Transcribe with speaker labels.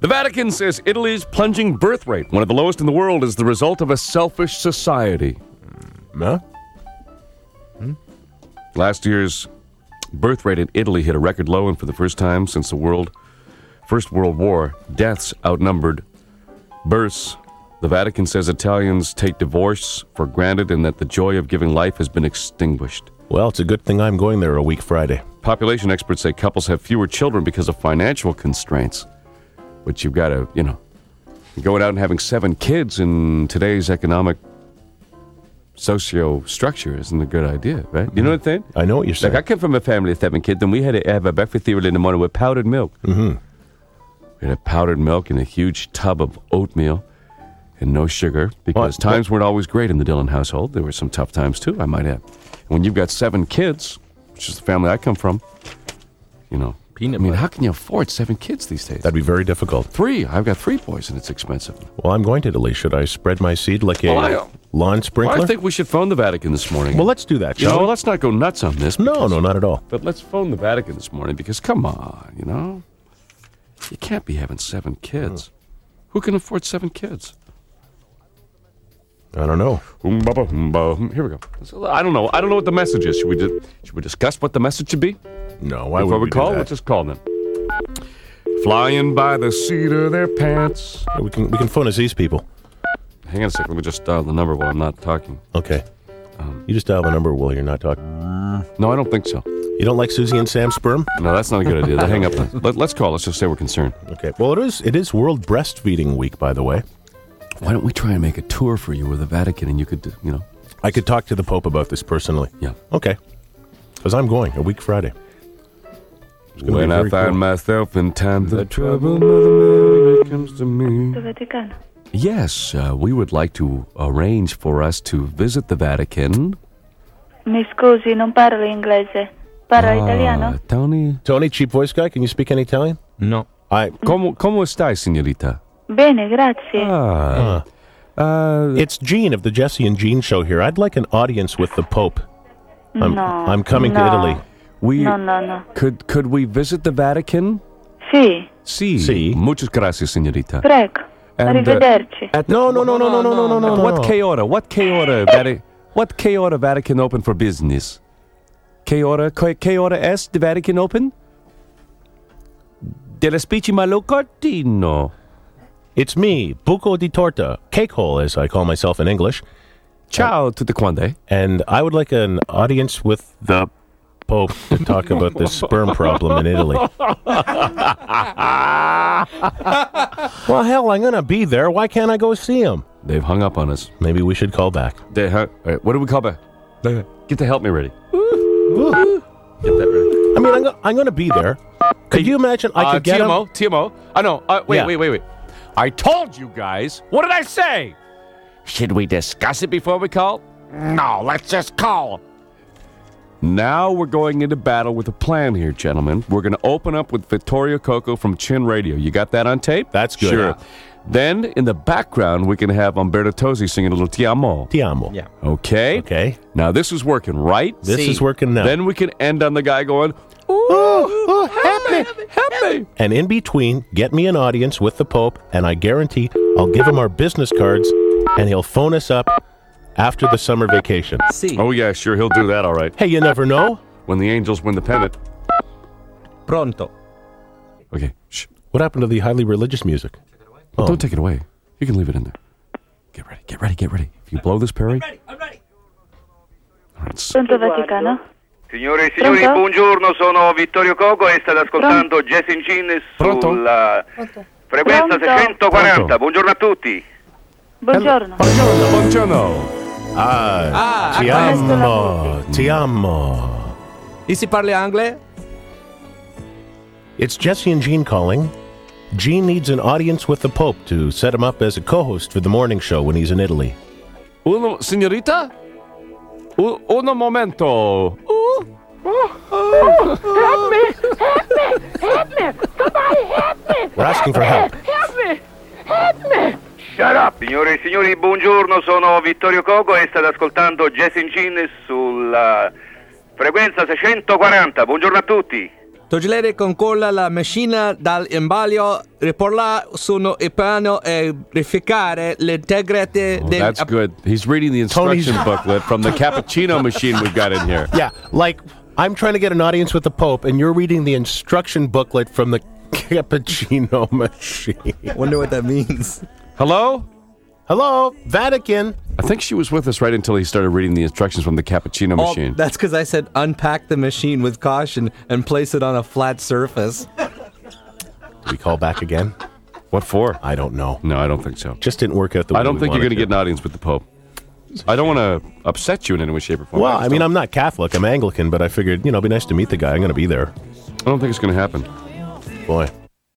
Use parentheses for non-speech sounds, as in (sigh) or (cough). Speaker 1: The Vatican says Italy's plunging birth rate, one of the lowest in the world, is the result of a selfish society. Huh? Last year's birth rate in Italy hit a record low, and for the first time since the world First World War, deaths outnumbered births. The Vatican says Italians take divorce for granted and that the joy of giving life has been extinguished.
Speaker 2: Well, it's a good thing I'm going there a week Friday.
Speaker 1: Population experts say couples have fewer children because of financial constraints. But you've got to, you know, going out and having seven kids in today's economic socio structure isn't a good idea, right? You know what I'm saying?
Speaker 2: I know what you're saying.
Speaker 1: Like I come from a family of seven kids, and we had to have a breakfast cereal in the morning with powdered milk. Mm-hmm. We had powdered milk and a huge tub of oatmeal, and no sugar because
Speaker 2: What?
Speaker 1: times weren't always great in the Dillon household. There were some tough times too, I might add. And when you've got seven kids, which is the family I come from, you know,
Speaker 3: Peanut
Speaker 1: I mean,
Speaker 3: butter.
Speaker 1: how can you afford seven kids these days?
Speaker 2: That'd be very difficult.
Speaker 1: three. I've got three boys, and it's expensive.
Speaker 2: Well, I'm going to Italy. Should I spread my seed like a
Speaker 1: Well, I-
Speaker 2: lawn
Speaker 1: Well,
Speaker 2: sprinkler?
Speaker 1: I think we should phone the Vatican this morning.
Speaker 2: Well, let's do that,
Speaker 1: you
Speaker 2: shall
Speaker 1: know,
Speaker 2: we?
Speaker 1: let's not go nuts on this.
Speaker 2: No,
Speaker 1: because-
Speaker 2: no, not at all.
Speaker 1: But let's phone the Vatican this morning because, come on, you know, you can't be having seven kids. Who can afford seven kids?
Speaker 2: I don't know.
Speaker 1: Oom-ba-ba, oom-ba. Here we go. So, I don't know. I don't know what the message is. Should we di- should we discuss what the message should be
Speaker 2: No, why
Speaker 1: before
Speaker 2: would we,
Speaker 1: we call?
Speaker 2: Do
Speaker 1: Let's
Speaker 2: that?
Speaker 1: just call them. Flying by the seat of their pants.
Speaker 2: We can we can phone as these people.
Speaker 1: Hang on a second. Let me just dial the number while I'm not talking.
Speaker 2: Okay.
Speaker 1: Um,
Speaker 2: you just dial the number while you're not talking.
Speaker 1: No, I don't think so.
Speaker 2: You don't like Susie and Sam sperm?
Speaker 1: No, that's not a good idea. Then hang up. Then. Let, let's call. Let's just say we're concerned.
Speaker 2: Okay. Well, it is it is World Breastfeeding Week, by the way.
Speaker 1: Why don't we try and make a tour for you with the Vatican and you could, you know,
Speaker 2: I could talk to the Pope about this personally.
Speaker 1: yeah.
Speaker 2: Okay. Because I'm going a week Friday. It's gonna be
Speaker 1: When I
Speaker 2: very
Speaker 1: find
Speaker 2: cool.
Speaker 1: myself in times of trouble, Mother Mary comes to me.
Speaker 4: Vaticano.
Speaker 1: Yes, uh, we would like to arrange for us to visit the Vatican.
Speaker 4: Mi scusi, non parlo inglese. Parla
Speaker 1: Ah,
Speaker 4: italiano?
Speaker 1: Tony.
Speaker 2: Tony, cheap voice guy, can you speak any Italian?
Speaker 3: No.
Speaker 2: I.
Speaker 1: Como, como stai, signorita?
Speaker 4: Bene, grazie.
Speaker 1: Ah.
Speaker 2: Uh,
Speaker 1: Uh,
Speaker 2: it's Gene of the Jesse and Gene show here. I'd like an audience with the Pope. I'm,
Speaker 4: no.
Speaker 2: I'm coming
Speaker 4: no,
Speaker 2: to Italy.
Speaker 1: we
Speaker 4: No, no, no.
Speaker 1: could could we visit the Vatican?
Speaker 4: Sì,
Speaker 1: Si.
Speaker 2: Si.
Speaker 1: Muchas gracias, signorita.
Speaker 4: prego.
Speaker 1: And, uh,
Speaker 4: Arrivederci.
Speaker 1: At
Speaker 2: No, no, no, no, no, no, no, no, no.
Speaker 1: At What que hora? What que hora? Vati- what que hora Vatican open for business? Que hora? Que, que hora es the Vatican open? Della specie malo cortino.
Speaker 2: It's me, Buco di Torta, cake hole as I call myself in English,
Speaker 1: Ciao tutti quanti.
Speaker 2: and I would like an audience with the Pope to talk about the sperm problem in Italy. well, hell, I'm gonna be there. Why can't I go see him?
Speaker 1: They've hung up on us.
Speaker 2: Maybe we should call back.
Speaker 1: They hung, all right, what do we call back? Get the help me ready. Get that ready.
Speaker 2: I mean, I'm, go- I'm gonna be there. Could you imagine? I
Speaker 1: Uh,
Speaker 2: could get him.
Speaker 1: TMO, TMO. I know. Uh, wait,
Speaker 2: Yeah.
Speaker 1: wait, wait, wait. I told you guys. What did I say? Should we discuss it before we call? No, let's just call. Now we're going into battle with a plan here, gentlemen. We're going to open up with Vittorio Coco from Chin Radio. You got that on tape?
Speaker 2: That's good.
Speaker 1: Sure.
Speaker 2: Yeah.
Speaker 1: Then in the background, we can have Umberto Tozzi singing a little Ti Amo.
Speaker 2: Ti amo.
Speaker 3: Yeah.
Speaker 1: Okay.
Speaker 2: Okay.
Speaker 1: Now this is working, right?
Speaker 2: This
Speaker 3: See.
Speaker 2: is working now.
Speaker 1: Then we can end on the guy going, Ooh,
Speaker 2: ooh,
Speaker 1: help me, help me.
Speaker 2: and in between, get me an audience with the Pope, and I guarantee I'll give him our business cards, and he'll phone us up after the summer vacation.
Speaker 3: Si.
Speaker 1: Oh yeah, sure, he'll do that all right.
Speaker 2: Hey, you never know.
Speaker 1: When the Angels win the pennant.
Speaker 3: Pronto.
Speaker 1: Okay, shh.
Speaker 2: What happened to the highly religious music?
Speaker 1: Well, Don't take it away. You can leave it in there. Get ready, get ready, get ready. If you blow this, Perry. I'm ready, I'm ready. All right, s-
Speaker 4: Pronto Vaticano?
Speaker 5: Signore e signori,
Speaker 4: Pronto?
Speaker 5: buongiorno, sono Vittorio Coco e state ascoltando Jess in Gin
Speaker 1: Pronto?
Speaker 5: sulla frequenza
Speaker 4: Pronto?
Speaker 5: 640.
Speaker 1: Pronto.
Speaker 5: Buongiorno a tutti.
Speaker 4: Buongiorno.
Speaker 1: Buongiorno.
Speaker 2: Ah, ti
Speaker 4: questo
Speaker 2: amo, ti amo.
Speaker 3: E si parla inglese?
Speaker 2: It's Jesse and Gene calling. Gene needs an audience with the Pope to set him up as a co-host for the morning show when he's in Italy.
Speaker 1: Uno, signorita? U- uno momento.
Speaker 2: We're asking for help.
Speaker 5: Signore e signori, buongiorno, sono Vittorio Coco e state ascoltando Jess in Gin sulla frequenza 640. Buongiorno a tutti.
Speaker 3: Togliere con colla la macchina dall'imbaglio, riporla sul piano e rificare l'integrate
Speaker 1: Well,
Speaker 3: del...
Speaker 1: Oh, that's good. He's reading the
Speaker 2: Tony's-
Speaker 1: instruction booklet from the cappuccino machine we've got in here.
Speaker 2: Yeah, like I'm trying to get an audience with the Pope, and you're reading the instruction booklet from the cappuccino (laughs) machine.
Speaker 3: Wonder what that means.
Speaker 1: Hello?
Speaker 2: Hello, Vatican.
Speaker 1: I think she was with us right until he started reading the instructions from the cappuccino
Speaker 3: Oh,
Speaker 1: machine.
Speaker 3: that's because I said unpack the machine with caution and place it on a flat surface.
Speaker 2: We call back again.
Speaker 1: What for?
Speaker 2: I don't know.
Speaker 1: No, I don't think so.
Speaker 2: Just didn't work out the way
Speaker 1: I don't
Speaker 2: we
Speaker 1: think you're going
Speaker 2: wanted
Speaker 1: to get an audience with the Pope. I don't want to upset you in any way, shape, or form.
Speaker 2: Well,
Speaker 1: just
Speaker 2: I mean,
Speaker 1: don't-
Speaker 2: I'm not Catholic. I'm Anglican, but I figured, you know, it'd be nice to meet the guy. I'm going to be there.
Speaker 1: I don't think it's going to happen.
Speaker 2: Boy.